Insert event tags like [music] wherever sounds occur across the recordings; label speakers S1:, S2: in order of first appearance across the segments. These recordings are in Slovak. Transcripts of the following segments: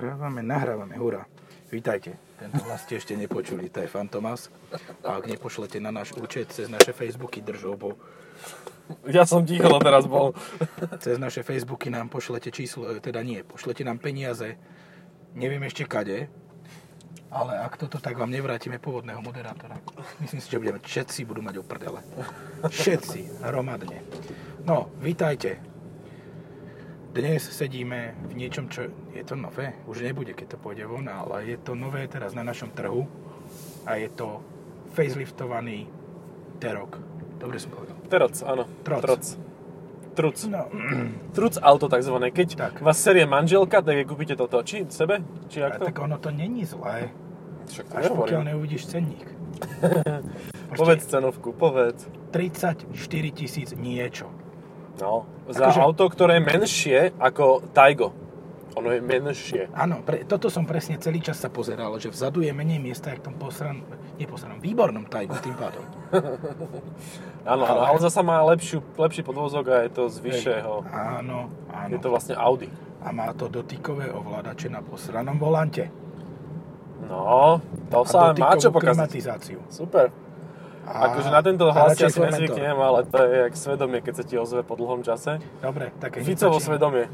S1: Nahrávame, nahrávame, hurá. Vítajte. Tento hlas ste ešte nepočuli, to je Fantomas. A ak nepošlete na náš účet cez naše Facebooky držobo,
S2: Ja som ticho no teraz bol.
S1: cez naše Facebooky nám pošlete číslo, e, teda nie, pošlete nám peniaze, neviem ešte kade, ale ak toto, tak vám nevrátime pôvodného moderátora. Myslím si, že budeme, všetci budú mať oprdele. Všetci, hromadne. No, vítajte. Dnes sedíme v niečom, čo je to nové. Už nebude, keď to pôjde von, ale je to nové teraz na našom trhu a je to faceliftovaný Terok. Dobre som povedal.
S2: Troc, áno.
S1: Troc.
S2: Troc. Truc.
S1: [clears throat] No,
S2: Truc auto takzvané. Keď
S1: Tak.
S2: vás serie manželka, tak jej kúpite toto. Či sebe? Či
S1: a
S2: ako to?
S1: tak ono to není zlé.
S2: Však to
S1: Až
S2: nehovorím.
S1: pokiaľ neuvidíš
S2: [laughs]
S1: cenník.
S2: Povedz cenovku, povedz.
S1: 34 tisíc niečo.
S2: No, za
S1: Akože-
S2: auto, ktoré je menšie ako Taigo. Ono je menšie.
S1: Áno, pre, toto som presne celý čas sa pozeral, že vzadu je menej miesta, jak v tom posran, nie posranom, výbornom tajgu tým pádom.
S2: Áno, áno,
S1: Ale-
S2: ale zasa má lepšiu, lepší podvozok a je to z vyššieho.
S1: Áno, áno.
S2: Je to vlastne Audi.
S1: A má to dotykové ovládače na posranom volante.
S2: No, to
S1: A
S2: sa má čo
S1: dotykovú
S2: pokaziť.
S1: klimatizáciu.
S2: Super.
S1: A
S2: Akože na tento hlas
S1: radšej
S2: ja si
S1: fermentor.
S2: nezvyknem, ale to je jak svedomie, keď sa ti ozve po dlhom čase.
S1: Dobre, také nestačí.
S2: Ficovo svedomie.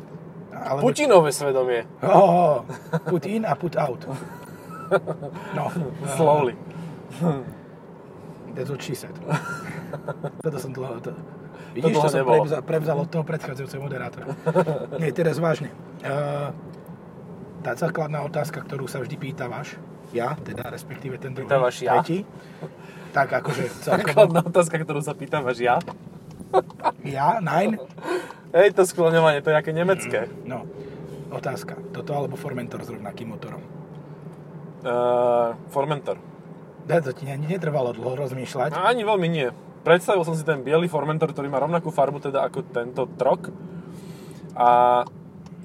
S1: Alebo...
S2: Putinové svedomie.
S1: Oh, put in a put
S2: [laughs]
S1: out. No.
S2: Slowly.
S1: That's what she
S2: [laughs]
S1: said. Toto som dlho... To...
S2: To
S1: Vidíš,
S2: dlho
S1: to, som
S2: nebolo.
S1: prevzal, prevzal od toho predchádzajúceho
S2: [laughs]
S1: moderátora. Nie, teraz vážne. Uh, tá základná otázka, ktorú sa vždy pýtavaš, ja, teda respektíve ten druhý,
S2: Pýtavaš ja?
S1: tretí, tak
S2: [laughs]
S1: akože celkovo,
S2: Základná otázka, ktorú sa pýtam až ja.
S1: ja, nein,
S2: Hej, to skloňovanie, to je aké nemecké.
S1: no, otázka, toto alebo Formentor s rovnakým motorom.
S2: Uh, Formentor.
S1: Da, to ti ani netrvalo dlho rozmýšľať.
S2: A ani veľmi nie. Predstavil som si ten biely Formentor, ktorý má rovnakú farbu teda ako tento trok. A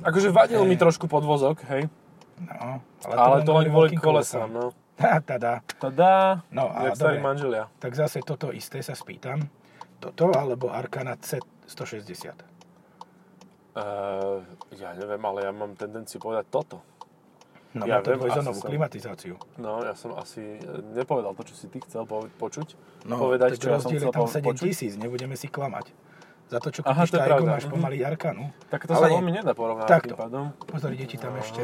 S2: akože vadil mi trošku podvozok, hej.
S1: No,
S2: Ale to len kvôli
S1: veľkým
S2: kolesám, no.
S1: Ha, [laughs] Tada.
S2: Tadá,
S1: No a
S2: jak starí
S1: dobre.
S2: manželia.
S1: Tak zase toto isté sa spýtam. Toto alebo Arkana C160?
S2: Uh, ja neviem, ale ja mám tendenciu povedať toto.
S1: No ja
S2: Ja
S1: má to
S2: viem,
S1: dvojzónovú
S2: asi som-
S1: klimatizáciu.
S2: No, ja som asi e, nepovedal to, čo si ty chcel po- počuť.
S1: No,
S2: povedať,
S1: tak
S2: čo ja som
S1: rozdiel je
S2: chcel
S1: tam
S2: po-
S1: 7
S2: počuť.
S1: tisíc, nebudeme si klamať. Za to, čo
S2: Aha,
S1: kúpiš
S2: to je
S1: tajku,
S2: pravda.
S1: máš
S2: Mhm.
S1: pomaly Arkanu.
S2: Tak to
S1: Ale
S2: sa
S1: nie.
S2: veľmi nedá porovnať
S1: Takto.
S2: tým pádom.
S1: Pozor, ide ti tam ešte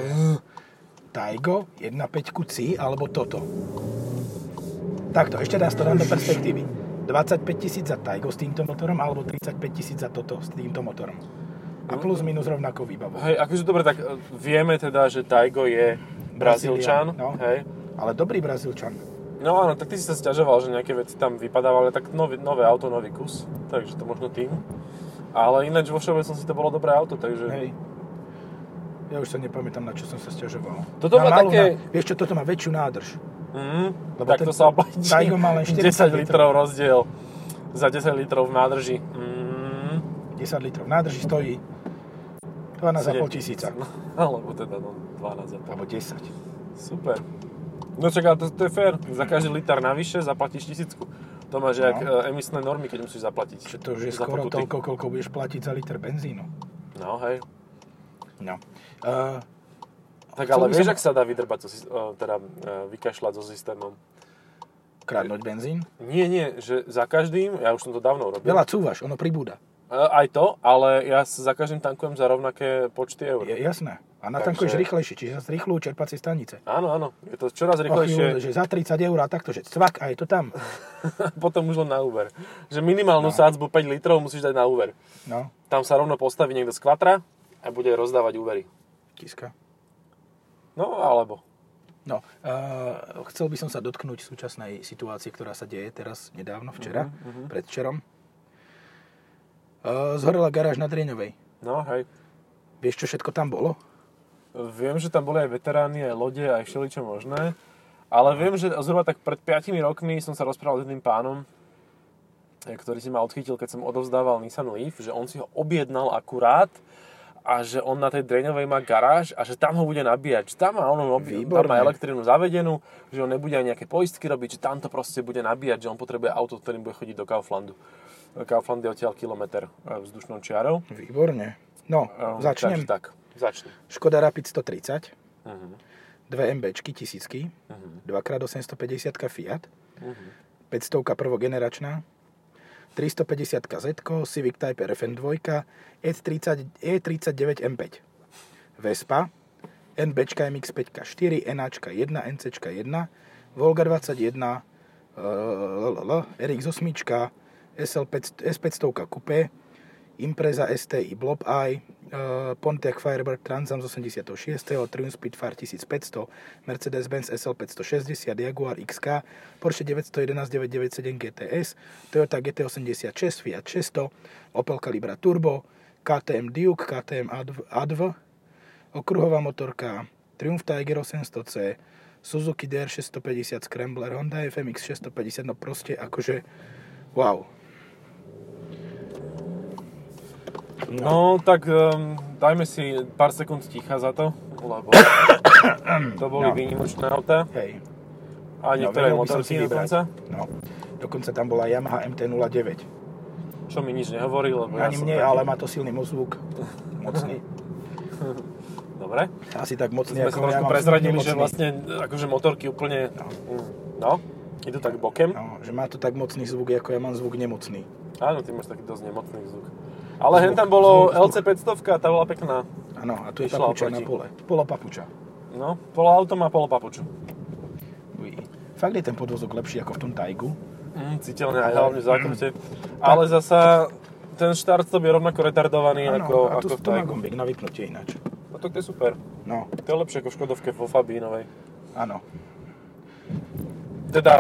S1: Taigo, 1.5 C alebo toto. Takto, ešte raz to dám do perspektívy. 25 tisíc za Taigo s týmto motorom alebo 35 tisíc za toto s týmto motorom. A plus minus rovnakou výbavou.
S2: Hej, akože dobre, tak e, vieme teda, že Taigo je Brazílčan,
S1: Brazílian, no.
S2: hej.
S1: Ale dobrý Brazílčan.
S2: No áno, tak ty si sa sťažoval, že nejaké veci tam vypadávali, tak nový, nové auto, nový kus, takže to možno tým. Ale ináč vo všeobecnosti to bolo dobré auto, takže...
S1: Hej. Ja už sa nepamätám, na čo som sa stiažoval.
S2: Toto
S1: Na
S2: má
S1: malú
S2: také-
S1: Na... Vieš čo, toto má väčšiu nádrž.
S2: Mhm,
S1: Lebo
S2: tak
S1: ten
S2: to sa oplatí.
S1: Taigo má len 40
S2: [laughs] 10
S1: litrov.
S2: litrov rozdiel za 10 litrov v nádrži. Mhm.
S1: 10 litrov nádrži stojí 12,5 tisíca.
S2: [laughs] Alebo teda no, 12,5.
S1: Alebo 10.
S2: Super. No čak, ale to, to je fér. Za každý liter navyše zaplatíš tisícku. To máš no. jak e, emisné normy, keď musíš zaplatiť.
S1: Čo to už je
S2: Za
S1: skoro
S2: pokuty.
S1: toľko, koľko budeš platiť za liter benzínu.
S2: No hej.
S1: No. Uh,
S2: Tak
S1: Chcel
S2: ale
S1: by
S2: vieš,
S1: som-
S2: ak sa dá vydrbať, zo, syst- e, teda e, vykašľať so systémom?
S1: kradnúť benzín.
S2: Nie, nie, že za každým, ja už som to dávno urobil,
S1: Veľa cúvaš, ono pribúda.
S2: E, aj to, ale ja s- za každým tankujem za rovnaké počty eur.
S1: Je, jasné. A natankuješ
S2: Takže-
S1: rýchlejšie, čiže zrýchľujú čerpacie stanice.
S2: Áno, áno, je to čoraz
S1: Och,
S2: rýchlejšie,
S1: ju, že za 30 eur a takto, že cvak a je to tam.
S2: [laughs] potom už len na Uber. Že minimálnu sádzbu 5 litrov musíš dať na Uber.
S1: No,
S2: Tam sa rovno postaví niekto z kvatra a bude rozdávať úvery.
S1: tiska.
S2: No alebo.
S1: No, uh, chcel by som sa dotknúť súčasnej situácie, ktorá sa deje teraz, nedávno, včera, uh-huh. predvčerom. Uh, zhorela garáž na Drieňovej.
S2: No hej.
S1: Vieš, čo všetko tam bolo?
S2: Viem, že tam boli aj veteráni, aj lode, aj všeličo možné. Ale viem, že zhruba tak pred 5 rokmi som sa rozprával s jedným pánom, e, ktorý si ma odchytil, keď som odovzdával Nissan Leaf, že on si ho objednal akurát a že on na tej dreňovej má garáž a že tam ho bude nabíjať. Že tam má, on, obi- tam má
S1: Výborné.
S2: elektrínu zavedenú, že on nebude aj nejaké poistky robiť, že tam to proste bude nabíjať, že on potrebuje auto, ktorým bude chodiť do Kauflandu. Kaufland je odtiaľ kilometr e, vzdušnou čiarou.
S1: Výborne. No,
S2: Ehm,
S1: začnem.
S2: Takže tak, začnem.
S1: Škoda Rapid 130.
S2: Uh-huh.
S1: dve MBčky, tisícky,
S2: Uh-huh.
S1: 2x850 Fiat,
S2: Uh-huh.
S1: 500 prvogeneračná, 350 Z, Civic Type RFN 2, E30, E39 M5, Vespa, NB MX5 4, NAčka 1, NCčka 1, Volga 21, eh, LLL, RX8, SL500, S500 Coupé, Impreza STI Blob Eye, eh, Pontiac Firebird Transam z 86, Triumph Spitfire 1500, Mercedes-Benz SL 560, Jaguar XK, Porsche 911 997 GTS, Toyota GT86, Fiat 600, Opel Calibra Turbo, KTM Duke, KTM A2, A2 okruhová motorka, Triumph Tiger 800C, Suzuki DR650 Scrambler, Honda FMX 650, no proste akože wow.
S2: No, tak um, dajme si pár sekúnd ticha za to, lebo
S1: [coughs]
S2: to boli
S1: No.
S2: výnimočné auta
S1: Hej.
S2: a niektoré
S1: vedel by som si
S2: motorky
S1: vybrať.
S2: dokonca,
S1: No. Dokonca tam bola Yamaha MT-09.
S2: čo mi nič nehovorí, lebo No, ja
S1: Ani
S2: som
S1: mne,
S2: taký-
S1: ale má to silný mozúk.
S2: [laughs]
S1: Mocný.
S2: Dobre,
S1: Asi tak mocný,
S2: sme
S1: ja
S2: sa trošku
S1: mám
S2: prezradili,
S1: silný
S2: že
S1: mocný.
S2: vlastne akože motorky úplne, no, idú tak bokem.
S1: No, že má to tak mocný zvuk, ako ja mám zvuk nemocný.
S2: Áno, ty máš taký dosť nemocný zvuk. Ale hen
S1: Zvuk,
S2: tam
S1: zvuk,
S2: bolo
S1: zvuk.
S2: LC500, tá bola pekná.
S1: Áno, a tu je
S2: Išla
S1: papuča
S2: oproti.
S1: na pole. Pola papuča.
S2: No, polo auto má polo papuču.
S1: Uj. Fakt je ten podvozok lepší ako v tom Tajgu.
S2: Mm, citeľne aj
S1: Ale-
S2: hlavne v zákrute. Ale zasa ten štart stop je rovnako retardovaný
S1: Áno,
S2: ako,
S1: a tu,
S2: ako v
S1: tu má
S2: Tajgu.
S1: gombík na vypnutie ináč.
S2: No tak to je super.
S1: No,
S2: To je lepšie ako v Škodovke vo Fabínovej.
S1: áno.
S2: Teda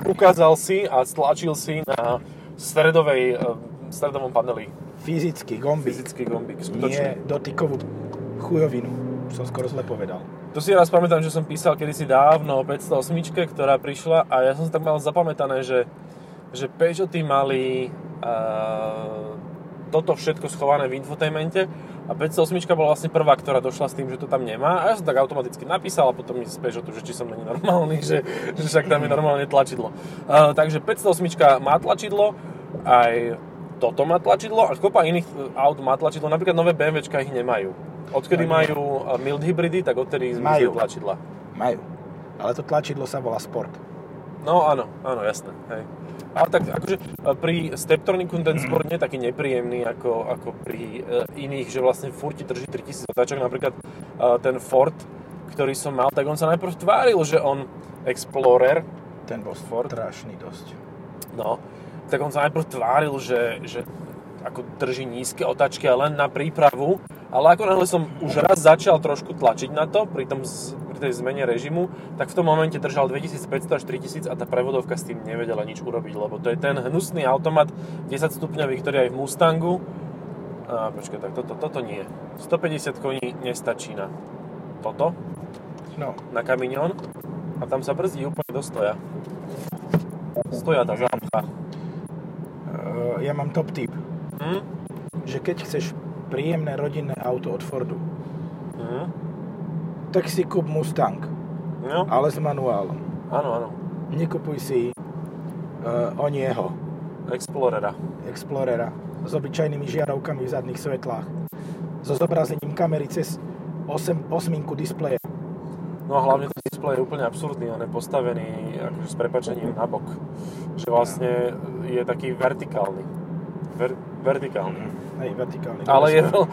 S2: e, ukázal si a stlačil si na stredovej, e, stredovom paneli
S1: Fyzický gombík.
S2: fyzický gombík,
S1: Nie
S2: skutočne.
S1: dotykovú chujovinu. Som skoro zle povedal.
S2: To si raz pamätám, že som písal kedysi dávno o 508, ktorá prišla a ja som si tak mal zapamätané, že, že Peugeoty mali uh, toto všetko schované v infotainmente a 508 bola vlastne prvá, ktorá došla s tým, že to tam nemá a ja som tak automaticky napísal a potom mi z Peugeotu, že či som není normálny, [laughs] že, že však tam je normálne tlačidlo. Uh, takže 508 má tlačidlo, aj toto má tlačidlo a kopa iných e, aut má tlačidlo, napríklad nové BMWčka ich nemajú. Odkedy majú majú e, mild hybridy, tak odtedy zmizli
S1: Majú.
S2: tlačidla.
S1: Majú. Ale to tlačidlo sa volá Sport.
S2: No áno, áno, jasné. Hej. Ale tak akože e, pri Steptroniku ten spor nie je taký nepríjemný ako, ako pri e, iných, že vlastne furt ti drží 3000 otáčok. Napríklad e, ten Ford, ktorý som mal, tak on sa najprv tváril, že on Explorer,
S1: Ten bol Sport. Strašný dosť.
S2: no, tak on sa najprv tváril, že, že ako drží nízke otáčky a len na prípravu, ale ako náhle som už raz začal trošku tlačiť na to, pri, tom, z- pri tej zmene režimu, tak v tom momente držal 2500 až 3000 a tá prevodovka s tým nevedela nič urobiť, lebo to je ten hnusný automat 10 stupňový, ktorý je aj v Mustangu. A počkaj, tak toto, toto nie. 150 koní nestačí na toto,
S1: No,
S2: na kamión a tam sa brzdí úplne do stoja. Stoja tá zámka.
S1: e, ja mám top tip,
S2: Hm?
S1: že keď chceš príjemné rodinné auto od Fordu,
S2: Hm?
S1: tak si kúp Mustang,
S2: No,
S1: ale s manuálom.
S2: áno, áno.
S1: Nekupuj si eh, uh, o nieho,
S2: Explorera.
S1: Explorera, s obyčajnými žiarovkami v zadných svetlách, so zobrazením kamery cez 8, osminku displeja.
S2: No a hlavne ten displej je úplne absurdný, on je postavený akože s prepačením na bok. Že vlastne je taký vertikálny. Ver, vertikálny.
S1: Hej, vertikálny.
S2: Ale je, veľ-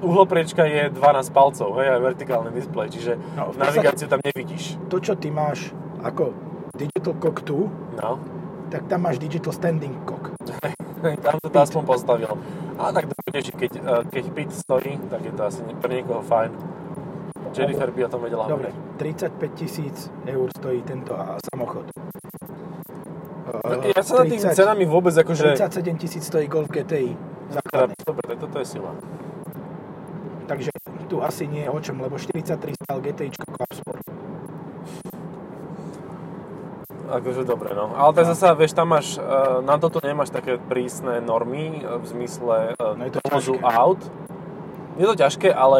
S2: uhlopriečka je 12 palcov, hej, a je vertikálny displej, čiže
S1: No, v podstate-
S2: navigáciu tam nevidíš.
S1: To, čo ty máš ako digital cock tu,
S2: No. [laughs]
S1: tak tam máš digital standing cock.
S2: Tam sa to aspoň postavilo. A tak to bude, že keď, e, keď pit stojí, tak je to asi ne- pre niekoho fajn. Jennifer by o tom vedela
S1: Dobre,
S2: hovoriť.
S1: 35 tisíc eur stojí tento a samochod.
S2: No, Ja sa nad tými cenami vôbec akože...
S1: 37 tisíc stojí Golf GTI.
S2: Teda,
S1: Základný.
S2: dobre, tak toto je sila.
S1: Takže tu asi nie je o čom, lebo 43 stál GTI Club Sport.
S2: Akože dobre, no. Ale tak zasa, vieš, tam máš, e, na toto nemáš také prísne normy e, v zmysle
S1: No
S2: e,
S1: je to
S2: dovozu
S1: ťažké.
S2: aut. Je to ťažké, ale,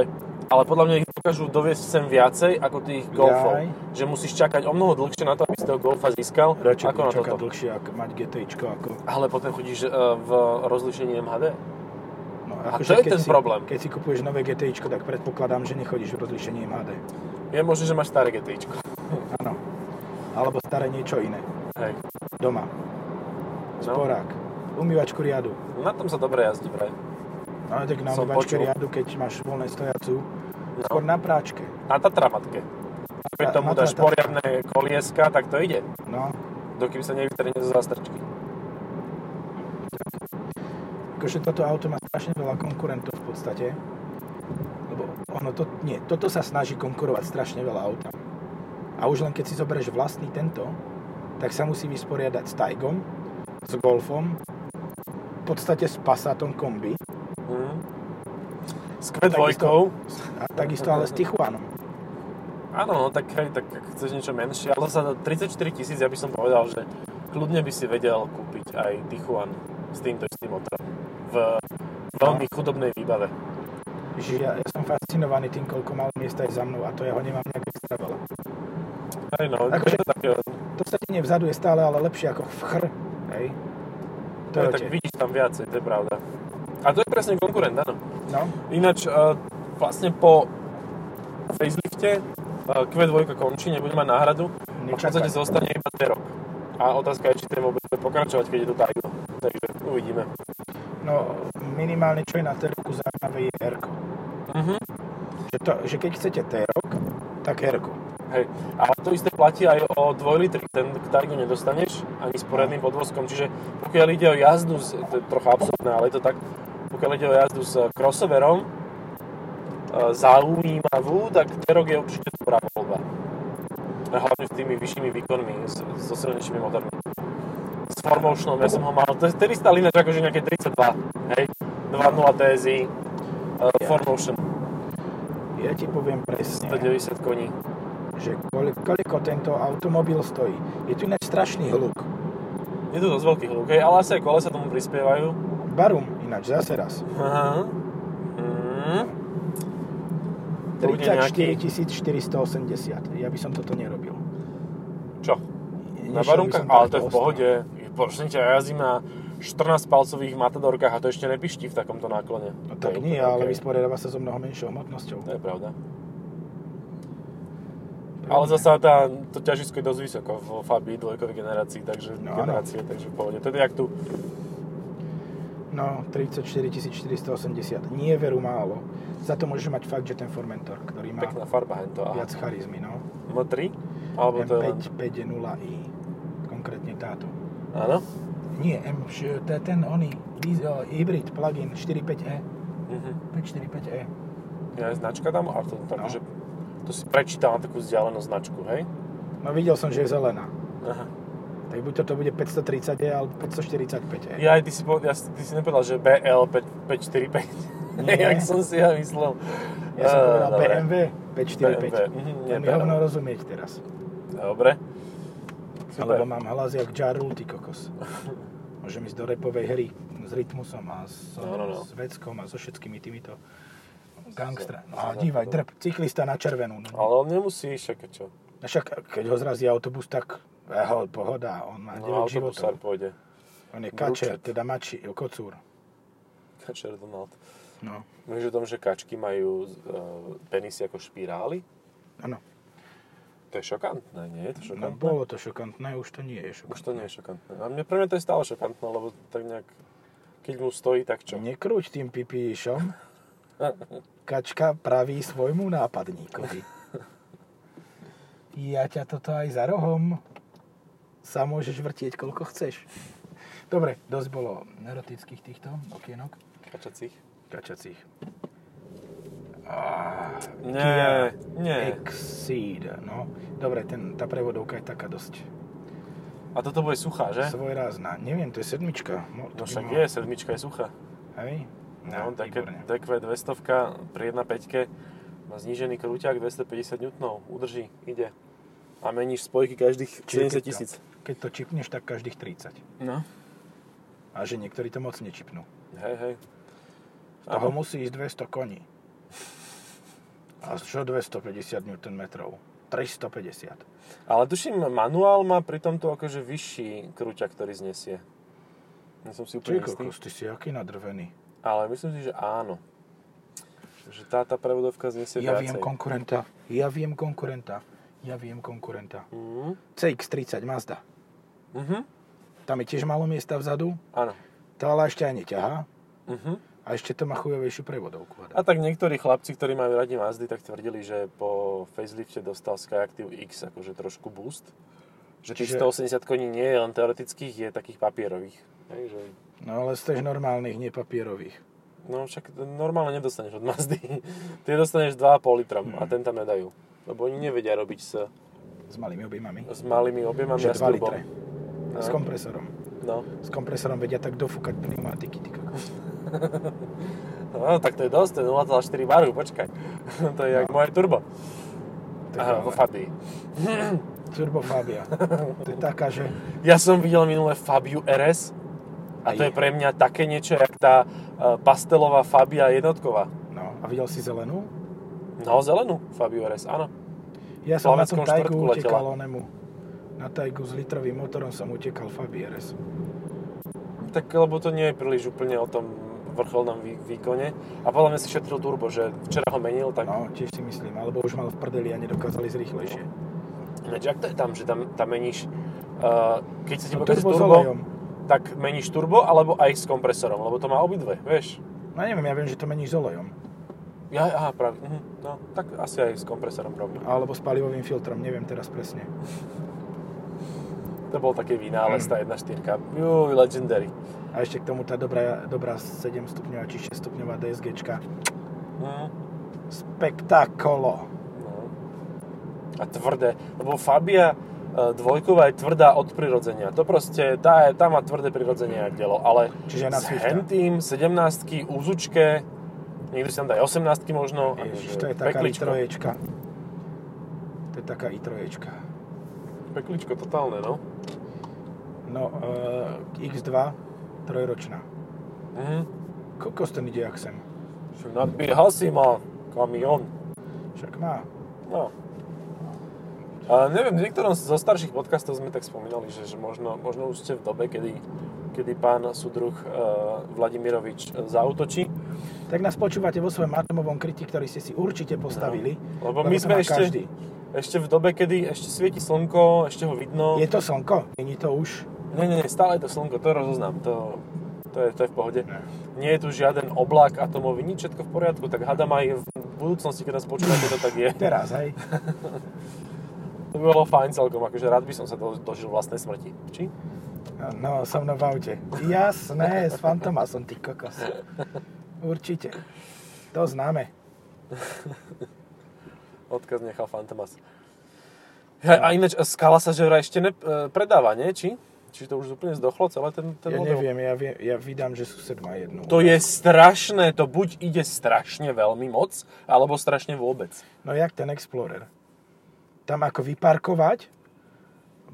S2: ale podľa mňa ich dokážu doviesť sem viacej ako tých golfov.
S1: Jaj.
S2: Že musíš čakať o mnoho dlhšie na to, aby si toho golfa získal,
S1: Radšej
S2: ako na
S1: budem čakať
S2: toto.
S1: dlhšie, ako mať GTI ako...
S2: Ale potom chodíš e, v rozlišení MHD.
S1: No, akože
S2: A to je
S1: keď
S2: ten
S1: si,
S2: problém.
S1: Keď si kupuješ nové GTI, tak predpokladám, že nechodíš v rozlíšení MHD.
S2: Je možné, že máš staré GTIčko.
S1: Áno. Alebo staré niečo iné.
S2: Hej.
S1: Doma.
S2: No,
S1: Sporák. Umývačku riadu.
S2: na tom sa dobre jazdí, vraj.
S1: No tak na
S2: Som
S1: umývačke
S2: počul.
S1: riadu, keď máš voľné stojacu, skôr na
S2: No.
S1: práčke.
S2: Na Tatramatke. Keď
S1: Na-
S2: tomu
S1: na
S2: dáš
S1: Tatramatke.
S2: poriadne kolieska, tak to ide.
S1: No,
S2: Dokým sa nevytrhne zo zástrčky.
S1: akože toto auto má strašne veľa konkurentov v podstate. Lebo ono to, nie, toto sa snaží konkurovať strašne veľa auta. A už len keď si zoberieš vlastný tento, tak sa musí vysporiadať s Taigom, s Golfom, v podstate s Passatom kombi.
S2: Mhm. S
S1: A takisto- A
S2: Q2,
S1: takisto ale s Tichuanom.
S2: Áno, no tak hej, tak ak chceš niečo menšie, ale za 34 tisíc ja by som povedal, že kľudne by si vedel kúpiť aj Tichuan s týmto istým motorom v veľmi chudobnej výbave.
S1: Že ja, ja som fascinovaný tým, koľko mal miesta aj za mnou a to ja ho nemám nejak extra veľa.
S2: Hej, no,
S1: Akože-
S2: je to také,
S1: To vstatenie vzadu je stále ale lepšie ako v chr. Hej. To
S2: hej,
S1: je
S2: tak
S1: tie.
S2: vidíš tam viacej, to je pravda. A to je presne konkurent, áno.
S1: No,
S2: Ináč, eh, vlastne po facelifte eh, Q2 končí, nebude mať náhradu a v podstate
S1: nečakaj.
S2: zostane iba T-Roc. A otázka je, či ten vôbec bude pokračovať, keď je to Taigo. Takže uvidíme.
S1: No, minimálne čo je na T-roku zaujímavé je r
S2: Mhm.
S1: že, to, že keď chcete T-rok, tak r
S2: Hej, ale to isté platí aj o 2 litri, ten k Taigu nedostaneš ani s poriadnym podvozkom, čiže pokiaľ ide o jazdu, s, to je trocha absurdné, ale je to tak, pokiaľ ide o jazdu s crossoverom, e, zaujímavú, tak Terok je určite dobrá voľba. A hlavne s tými vyššími výkonmi, s, so silnejšími motormi. S Formotionom, ja som ho mal, to je 400 ináč akože nejaké 32, hej, 2.0 TSI, uh, Formotion,
S1: Ja ti poviem presne,
S2: 190 koní.
S1: že koľ- koľko tento automobil stojí. Je tu ináč strašný hluk.
S2: Je to dosť veľký hluk, hej, ale asi aj kolesa tomu prispievajú.
S1: Barum ináč, zase raz.
S2: Aha. Mm. To bude
S1: 34
S2: nejaký...
S1: 480. Ja by som toto nerobil.
S2: Čo?
S1: Nešiel by
S2: Na barunkách?
S1: som
S2: Ale
S1: takto
S2: to je v
S1: ostro.
S2: pohode. Prosím ťa, ja jazdím na 14-palcových matadorkách a to ešte nepišti v takomto náklone.
S1: No,
S2: To
S1: tak
S2: je
S1: nie,
S2: úplne
S1: ale
S2: okej.
S1: vysporiadáva sa so mnoho menšou hmotnosťou.
S2: To je pravda. Ale zasa tá, to ťažisko je dosť vysoko vo Fabii dvojkovej generácii, takže
S1: No,
S2: no,
S1: áno.
S2: generácie, takže v pohode. To je jak tu,
S1: No, 34 480. Nie je veru málo. Za to môžeš mať fakt, že ten Formentor, ktorý má
S2: pekná farba hento.
S1: viac
S2: Aha.
S1: charizmy, no.
S2: M3? Alebo to je len...
S1: M5, 5.0i. Konkrétne táto.
S2: Áno?
S1: Nie, M, š- to je ten oný, diesel, hybrid, plug-in E. 45e.
S2: Mhm.
S1: 545e.
S2: Je aj značka tam, ale to,
S1: No.
S2: tak, že, to si prečítal na takú vzdialenú značku, hej?
S1: No videl som, že je zelená.
S2: Aha.
S1: Tak buď toto bude 530e alebo E. 545e.
S2: Ja aj ty si, po, ja, si- ty si nepovedal, že BL 545.
S1: Nie.
S2: [laughs] Jak som si ja myslel.
S1: Ja som
S2: Á,
S1: povedal
S2: dobre.
S1: BMW
S2: BMW. Mhm,
S1: 545.
S2: nie,
S1: Ja mi
S2: BMW.
S1: hovno rozumieť teraz.
S2: Dobre. Super.
S1: Alebo mám hlas jak Ja Rule, ty kokos. Môžem ísť do repovej hry s rytmusom a s,
S2: No, no, no.
S1: s veckom a so všetkými týmito gangstra. No
S2: som
S1: a
S2: za-
S1: dívaj, drp, cyklista na červenú. No.
S2: Ale on nemusí, však čo.
S1: A Však keď ho zrazí autobus, tak jeho, pohoda, on má 9
S2: No,
S1: životov.
S2: autobusár pôjde. [laughs]
S1: On je kačer,
S2: Brúčet.
S1: teda mači, kocúr.
S2: Kačer Donald.
S1: No,
S2: Vieš o tom, že kačky majú uh, penisy ako špirály?
S1: áno.
S2: To je šokantné, nie je to
S1: No,
S2: šokantné?
S1: bolo to šokantné, už to nie je
S2: Už
S1: šokantné.
S2: to nie je šokantné. A mne, pre mňa to je stále šokantné, lebo tak nejak... Keď mu stojí, tak čo?
S1: Nekrúť tým
S2: [laughs]
S1: pipíšom. Kačka praví svojmu nápadníkovi. Ja ťa toto aj za rohom. Sa môžeš vrtieť, koľko chceš. Dobre, dosť bolo erotických týchto okienok.
S2: Kačacích?
S1: Kačacích. Ah,
S2: Nie, nie.
S1: Exceed, no. Dobre, ten, tá prevodovka je taká dosť
S2: A toto bude suchá, že?
S1: svojrázna. Neviem, to je sedmička. No, by
S2: No však
S1: mohla-
S2: je, sedmička je suchá.
S1: Hej?
S2: No, no také
S1: výborne.
S2: DQ 200 pri 1.5 má znížený krúťak 250 N, udrží, ide. A meníš spojky každých
S1: Čiže
S2: 70
S1: keď to-
S2: tisíc.
S1: Keď to čipneš, tak každých 30.
S2: No.
S1: A že niektorí to moc nečipnú.
S2: Hej, hej.
S1: Z toho musí ísť 200 koní. A čo 250 Nm? 350.
S2: Ale tuším, manuál má pri tomto akože vyšší krúťak, ktorý znesie. Nie som si
S1: Čiže
S2: úplne istý.
S1: kokos, ty si aký nadrvený.
S2: Ale myslím si, že áno. Že tá, tá prevodovka znesie
S1: Ja
S2: viacej.
S1: viem konkurenta. Ja viem konkurenta. Ja viem konkurenta.
S2: Mhm.
S1: CX-30 Mazda.
S2: Mhm.
S1: Tam je tiež málo miesta vzadu.
S2: Áno.
S1: Tá ale ešte aj neťahá.
S2: Mhm.
S1: A ešte to má chujovejšiu prevodovku.
S2: A tak niektorí chlapci, ktorí majú radi Mazdy, tak tvrdili, že po facelifte dostal Skyactiv X akože trošku boost. Že tých
S1: Čiže-
S2: 180 koní nie je len teoretických, je takých papierových. Takže,
S1: No ale z tých normálnych, nepapierových.
S2: no však normálne nedostaneš od Mazdy. [laughs] Tie dostaneš 2,5 litra
S1: Hmm.
S2: a ten tam nedajú. Lebo oni nevedia robiť s,
S1: S malými objemami.
S2: s malými objemami a
S1: Že 2
S2: s turbom.
S1: litre. A s kompresorom.
S2: No.
S1: S kompresorom vedia tak dofúkať pneumatiky. ty kokos.
S2: no, tak to je dosť, to je 0,4 baru, počkaj. [laughs] to je
S1: No.
S2: jak moje turbo.
S1: Tak
S2: Aha,
S1: ale-
S2: vo Fabii.
S1: Turbofábia. [laughs] To je taká, že...
S2: Ja som videl minulé Fabiu RS a
S1: Aj.
S2: to je pre mňa také niečo, jak tá e, pastelová Fabia jednotková.
S1: No, a videl si zelenú?
S2: No, zelenú Fabiu RS, áno.
S1: Ja som na tom
S2: Slovenskom
S1: tajgu
S2: štvrtku letela.
S1: utekal onemu. Na tajgu s litrovým motorom som utekal Fabi RS.
S2: Tak lebo to nie je príliš úplne o tom vrcholnom vý, výkone. A podľa mňa si šetril turbo, že včera ho menil, tak no.
S1: No, tiež si myslím, alebo už mal v prdeli a nedokázali ísť rýchlejšie.
S2: jak to je tam, že tam, tam meníš, e, keď sa ti
S1: No,
S2: pokazí
S1: turbo s
S2: turbo,
S1: olejom.
S2: tak meníš turbo alebo aj s kompresorom, lebo to má obidve, vieš.
S1: No neviem, ja viem, že to meníš s olejom.
S2: Ja, aha, práve, mhm, no, tak asi aj s kompresorom rovno.
S1: Alebo s palivovým filtrom, neviem teraz presne.
S2: To bol taký vynález, tá 1.4. Juj, legendary.
S1: A ešte k tomu tá dobrá, dobrá 7 stupňová či 6 stupňová DSGčka.
S2: Mhm.
S1: Spektakolo.
S2: No. A tvrdé. Lebo Fabia e, dvojková je tvrdá od prirodzenia. To proste, tá, je- tá má tvrdé prirodzenie jak dielo. Ale
S1: Čiže na
S2: s
S1: Swifta.
S2: hentým, 17 úzučke, niekto si tam dá aj 18 možno.
S1: Ježiš,
S2: akože
S1: to je taká
S2: pekličko.
S1: i3. To je taká i3.
S2: Pekličko totálne, no.
S1: No, e, X2, trojročná.
S2: Mhm.
S1: Kokos ten ide jak sem.
S2: Však Nadbíhal si ma kamión.
S1: Však má.
S2: No. A neviem, v niektorom zo starších podcastov sme tak spomínali, že, že možno, možno už ste v dobe, kedy, kedy pán súdruh e, Vladimirovič e, zautočí.
S1: Tak nás počúvate vo svojom atomovom kryti, ktorý ste si určite postavili.
S2: No, lebo
S1: to
S2: my sme
S1: má
S2: ešte-
S1: Každý.
S2: Ešte v dobe, kedy ešte svieti slnko, ešte ho vidno.
S1: Je to slnko? Není to už?
S2: Nie, nie, nie, stále je to slnko, to rozoznám, to, to, je, to je v pohode.
S1: Ne.
S2: Nie je tu žiaden oblak atomový, nič, všetko v poriadku, tak hádam aj v budúcnosti, keď nás počúvate, to tak je.
S1: Teraz, hej?
S2: To by bolo fajn celkom, akože rád by som sa do, dožil vlastnej smrti. Či?
S1: No, som na v aute. Jasné, s fantomasom, ty kokos. Určite. To známe.
S2: Odkaz nechal Fantomas. Ja, a ináč, e, skala sa že vraj ešte ne, e, predáva, nie? Či? Či to už úplne zdochlo celé ten, ten
S1: Ja
S2: model?
S1: neviem, ja, viem, ja vydám, že sused má jednu.
S2: To je strašné, to buď ide strašne veľmi moc, alebo strašne vôbec.
S1: No jak ten Explorer. Tam ako vyparkovať,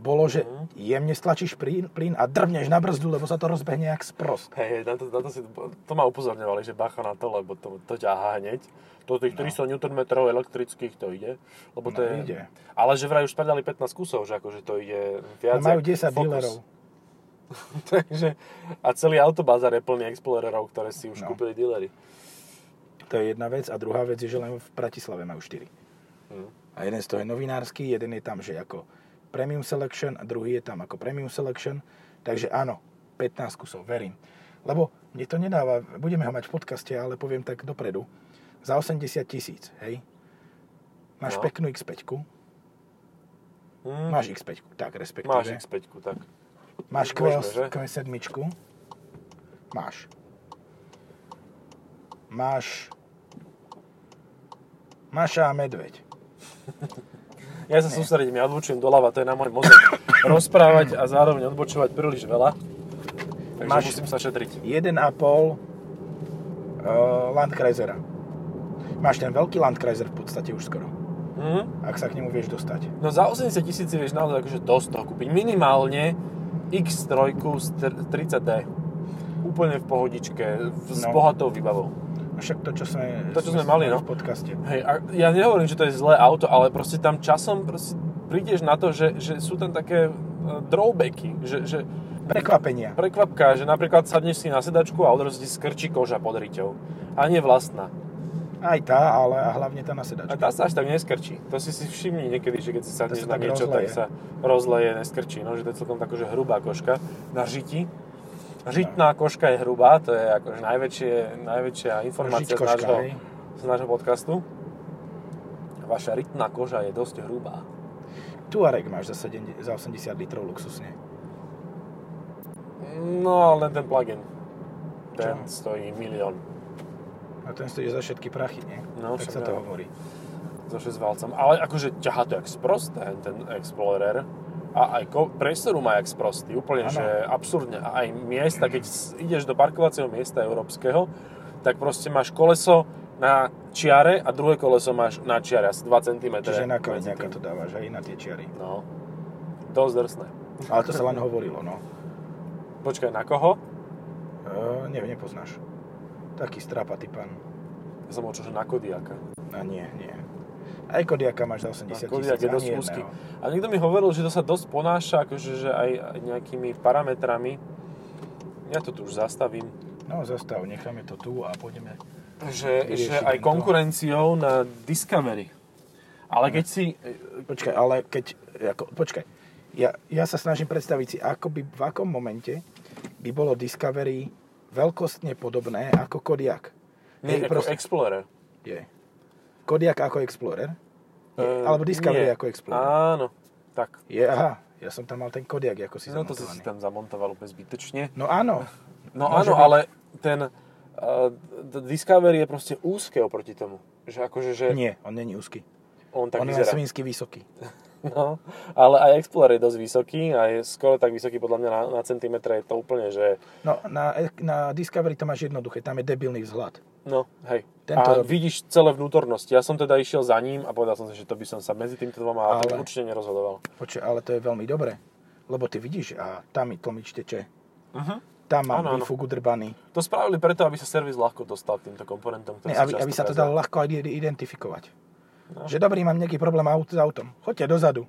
S1: bolo, že
S2: Mhm.
S1: jemne stlačíš plyn, plyn a drvneš na brzdu, lebo sa to rozbehne jak sprost.
S2: Hej, hej, na to, na to, si, to ma upozorňovali, že bacha na to, lebo to, to ťahá hneď. To tých 300 Nm elektrických to ide. Lebo to
S1: No,
S2: je,
S1: ide.
S2: Ale že vraj už predali 15 kusov, že akože to ide viac.
S1: No, majú
S2: jak
S1: 10
S2: Focus.
S1: dealerov.
S2: [laughs] Takže, a celý autobazar je plný Explorerov, ktoré si už
S1: No.
S2: kúpili dealery.
S1: To je jedna vec. A druhá vec je, že len v Bratislave majú 4.
S2: Hm.
S1: A jeden z toho je novinársky, jeden je tam, že ako Premium Selection a druhý je tam ako Premium Selection. Takže áno, 15 kusov, verím. Lebo mne to nedáva, budeme ho mať v podcaste, ale poviem tak dopredu. Za 80 tisíc, hej? Máš
S2: No.
S1: peknú X5,
S2: Hm,
S1: máš X5, tak respektíve.
S2: máš X5, tak.
S1: Máš
S2: Môžeme, že?
S1: Q7, Q7. Máš. Máš... Maša a medveď.
S2: Ja sa sústredím, ja odbočujem doľava, to je na môj
S1: [laughs]
S2: mozog. Rozprávať a zároveň odbočovať príliš veľa. Takže
S1: Máš-
S2: musím sa šetriť.
S1: 1,5 uh, Landkreisera. Máš ten veľký Landkreiser v podstate už skoro.
S2: Mhm.
S1: Ak sa k nemu vieš dostať.
S2: No za 80 tisíc si vieš naozaj akože dosť toho kúpiť. Minimálne X3 z tr- 30D. Úplne v pohodičke, v, s
S1: No.
S2: bohatou výbavou.
S1: A však to, čo sme,
S2: To, čo sme mali, no.
S1: v podcaste.
S2: Hej, a ja nehovorím, že to je zlé auto, ale proste tam časom proste prídeš na to, že, že sú tam také e, drawbacky, že, že
S1: Prekvapenia.
S2: prekvapka, že napríklad sadneš si na sedačku a odrazu ti skrčí koža pod ryťou. A nie vlastná.
S1: Aj tá, ale a hlavne tá na
S2: A
S1: sedačke.
S2: tá sa až tak neskrčí. To si si všimni niekedy, že keď si
S1: sa
S2: sadneš na
S1: tak
S2: niečo, tak
S1: rozleje.
S2: sa rozleje, neskrčí. No, že to je celkom taká, že hrubá koška na žiti.
S1: No.
S2: Žitná koška je hrubá, to je akože najväčšie, najväčšia informácia z
S1: Žitkoška,
S2: nášho,
S1: hej.
S2: z nášho podcastu. Vaša rytná koža je dosť hrubá.
S1: Tuareg máš za, 70, za 80 litrov luxusne.
S2: No, ale ten plugin. Ten
S1: Čo?
S2: stojí milión
S1: A ten stojí za všetky prachy, nie?
S2: No,
S1: tak
S2: však
S1: sa to
S2: áno.
S1: hovorí.
S2: so 6 válcom. Ale akože ťahá to jak sprosté, ten Explorer. A aj ko- priestoru má jak sprostý, úplne,
S1: Áno.
S2: že absurdne. A aj miesta, keď s- ideš do parkovacieho miesta európskeho, tak proste máš koleso na čiare a druhé koleso máš na čiare, asi 2 cm.
S1: Čiže na koleňáka to dávaš, aj na tie čiary.
S2: No, dosť drsné.
S1: Ale to sa len hovorilo, no.
S2: Počkaj, na koho?
S1: E, neviem, nepoznáš. Taký strapatý pán.
S2: Ja som počul, že na Kodiaka.
S1: A nie, nie. Aj Kodiaka máš za 80
S2: Tak
S1: tisíc,
S2: Kodiak je
S1: ani
S2: dosť
S1: jedného.
S2: úzky. A niekto mi hovoril, že to sa dosť ponáša, akože že aj aj nejakými parametrami. Ja to tu už zastavím.
S1: No, zastav, necháme to tu a pôjdeme.
S2: Že,
S1: Vyrieši
S2: že aj
S1: tento.
S2: konkurenciou na Discovery. Ale keď si...
S1: Počkaj, ale keď, ako, počkaj. Ja, ja sa snažím predstaviť si, ako by, v akom momente by bolo Discovery veľkostne podobné ako Kodiak. Hej,
S2: Nie, ako
S1: proste-
S2: Explorer.
S1: Je. Kodiak ako Explorer? Je,
S2: Eh,
S1: alebo Discovery
S2: nie.
S1: ako Explorer?
S2: Áno, tak.
S1: Je, aha, ja som tam mal ten Kodiak, ako si
S2: No to si si
S1: zamontovaný.
S2: tam zamontoval úplne zbytočne.
S1: No áno.
S2: [laughs] No
S1: Môže
S2: áno,
S1: byť.
S2: ale ten uh, d- Discovery je proste úzke oproti tomu. Že akože, že
S1: Nie, on není úzky.
S2: on tak
S1: on je len
S2: vyzerá.
S1: svinsky vysoký.
S2: [laughs] No, ale aj Explorer je dosť vysoký a je skoro tak vysoký podľa mňa na, na centimetre. Je to úplne, že...
S1: No, na, na Discovery to máš jednoduché, tam je debilný vzhľad.
S2: No, hej.
S1: Tento
S2: a
S1: robí.
S2: vidíš celé vnútornosti. Ja som teda išiel za ním a povedal som si, že to by som sa medzi týmto dvoma ale...
S1: Ale-
S2: určite nerozhodoval.
S1: Počkaj, ale to je veľmi dobré, lebo ty vidíš a tam mi tlmič teče.
S2: Uh-huh.
S1: Tam mám
S2: Áno, áno.
S1: výfuk udrbaný.
S2: To spravili preto, aby sa servis ľahko dostal k týmto komponentom. Ktoré
S1: Ne, aby, aby sa to dalo ľahko ide- identifikovať.
S2: No.
S1: Že dobrý, mám nejaký problém aut, s autom. Choďte dozadu.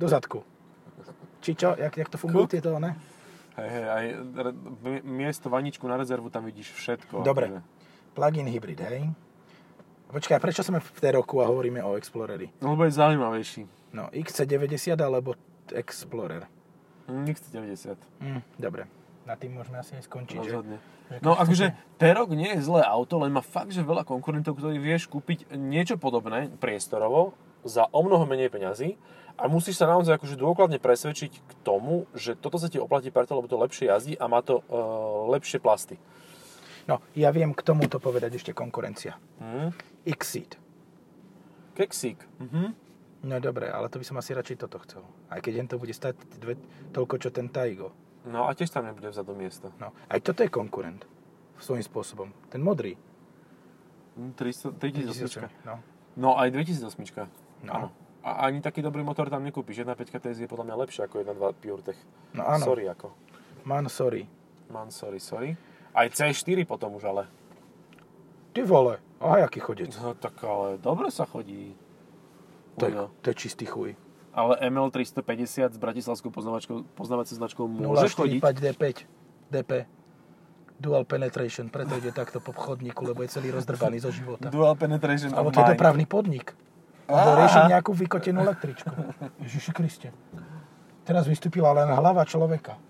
S1: Do zadku. Či čo? Jak, jak to fungujú
S2: Cool.
S1: tieto, ne?
S2: Hej, hej, aj re- mi- miesto vaničku na rezervu tam vidíš všetko.
S1: Dobre.
S2: akože.
S1: Plug-in hybrid, hej? Počkaj, a prečo sme v tej roku a hovoríme o Exploreri?
S2: No, lebo je zaujímavejší.
S1: No, XC90 alebo Explorer?
S2: X90.
S1: Hm, dobre. Na tým môžeme asi aj skončiť, že?
S2: Mm. Rozhodne. No akože Terok nie je zlé auto, len má fakt, že veľa konkurentov, ktorí vieš kúpiť niečo podobné priestorovo za o mnoho menej peňazí a musíš sa naozaj akože dôkladne presvedčiť k tomu, že toto sa ti oplatí preto, lebo to lepšie jazdí a má to e, lepšie plasty.
S1: No, ja viem k tomuto povedať ešte konkurencia. Mhm.
S2: Hm?
S1: Exceed.
S2: Keksík. Mhm.
S1: No dobre, ale to by som asi radšej toto chcel. Aj keď jen to bude stať dve, toľko, čo ten Taigo.
S2: No a tiež tam nebude vzadu miesto.
S1: No, aj toto je konkurent. Svojím spôsobom. Ten modrý. Mhm,
S2: 300, 3008.
S1: No.
S2: No aj 2008.
S1: No.
S2: Áno. A ani taký dobrý motor tam nekúpiš. 1.5 TS je podľa mňa lepšia ako 1.2 PureTech.
S1: No áno.
S2: Sorry ako.
S1: Man, sorry.
S2: Man, sorry, sorry. Aj C4 potom už ale.
S1: Ty vole, aha, aký chodec.
S2: No tak ale dobre sa chodí.
S1: To je,
S2: Ujo.
S1: to je čistý chuj.
S2: Ale ML 350 s bratislavskou poznávačkou, poznávacou značkou
S1: No,
S2: môže
S1: 045
S2: chodiť.
S1: D5. DP. Dual penetration, preto ide takto po chodníku, lebo je celý rozdrbaný zo života.
S2: [laughs] Dual penetration
S1: Alebo
S2: of
S1: to je
S2: mind.
S1: dopravný podnik. Alebo rieši nejakú vykotenú električku. Ježiši Kriste. Teraz vystúpila len hlava človeka.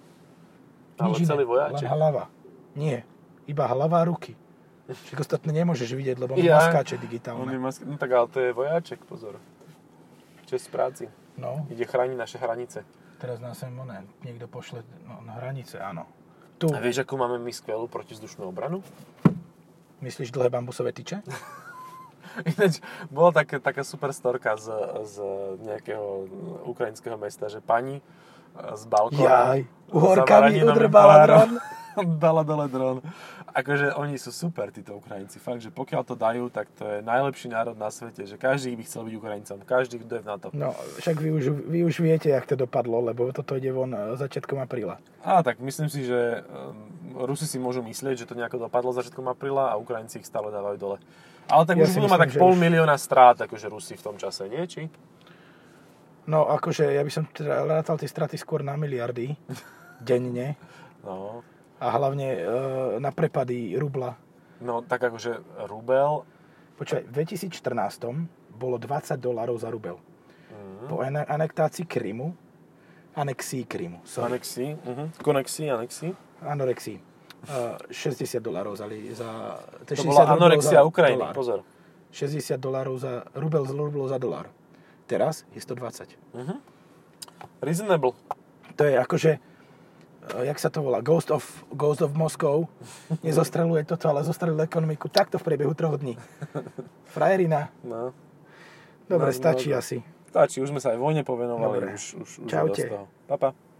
S2: Ale
S1: Nič iné,
S2: celý
S1: Len
S2: vojaček.
S1: hlava. Nie. Iba hlava a ruky. Všetko ostatné nemôžeš vidieť, lebo on
S2: Ja.
S1: maskáče
S2: On je
S1: digitálne.
S2: mask- no tak ale to je vojaček, pozor. Čest práci.
S1: No,
S2: Ide chrániť naše hranice.
S1: teraz nás sem oné, niekto pošle no, na hranice, áno. Tu,
S2: A vieš, akú máme my skvelú protizdušnú obranu?
S1: myslíš dlhé bambusové tyče?
S2: Ináč, bola také, taká super storka z, z nejakého ukrajinského mesta, že pani eh, z balkóna
S1: Jaj,
S2: s
S1: uhorkami
S2: zavaraninou
S1: udrbala
S2: pohárom
S1: dron.
S2: [laughs] dala dole dron. Akože oni sú super, títo Ukrajinci. Fakt, že pokiaľ to dajú, tak to je najlepší národ na svete, že každý by chcel byť Ukrajincom. Každý, kto je v NATO.
S1: No, však vy už, vy už viete, jak to dopadlo, lebo toto ide von e, začiatkom apríla.
S2: A tak myslím si, že um, Rusi si môžu myslieť, že to nejako dopadlo začiatkom apríla a Ukrajinci ich stále dávajú dole. Ale tak
S1: Ja
S2: ja už
S1: si
S2: budú
S1: myslím,
S2: mať tak
S1: že
S2: pol
S1: už-
S2: milióna strát, akože Rusi v tom čase, nie? Či?
S1: No, akože, ja by som teda rátal tie straty skôr na miliardy [laughs] denne
S2: No,
S1: a hlavne e, na prepady rubla.
S2: No tak akože rubel,
S1: Počkaj, v 2014 bolo 20 dolárov za rubel.
S2: Mhm.
S1: Po ane- anektácii Krymu, anexii Krymu, sorry,
S2: anexi, uh-huh. konexi, anexi.
S1: anorexii, eh, 60 dolárov za, li- za... je 60
S2: To bola
S1: rubelov
S2: anorexia
S1: za
S2: Ukrajiny,
S1: dolár.
S2: pozor.
S1: 60 dolárov za... Rubel z rublo za dolár. Teraz je 120.
S2: Reasonable.
S1: To je akože... eh, Jak sa to volá? Ghost of, Ghost of Moscow. Nezostreluje toto, ale zostrelil ekonomiku takto v priebehu troch dní. Frajerina.
S2: No.
S1: Dobre,
S2: No,
S1: stačí
S2: no,
S1: asi.
S2: Stačí, už sme sa aj vojne povenovali.
S1: Dobre.
S2: Už, už, už je
S1: Čaute.
S2: dosť toho. Pa, pa.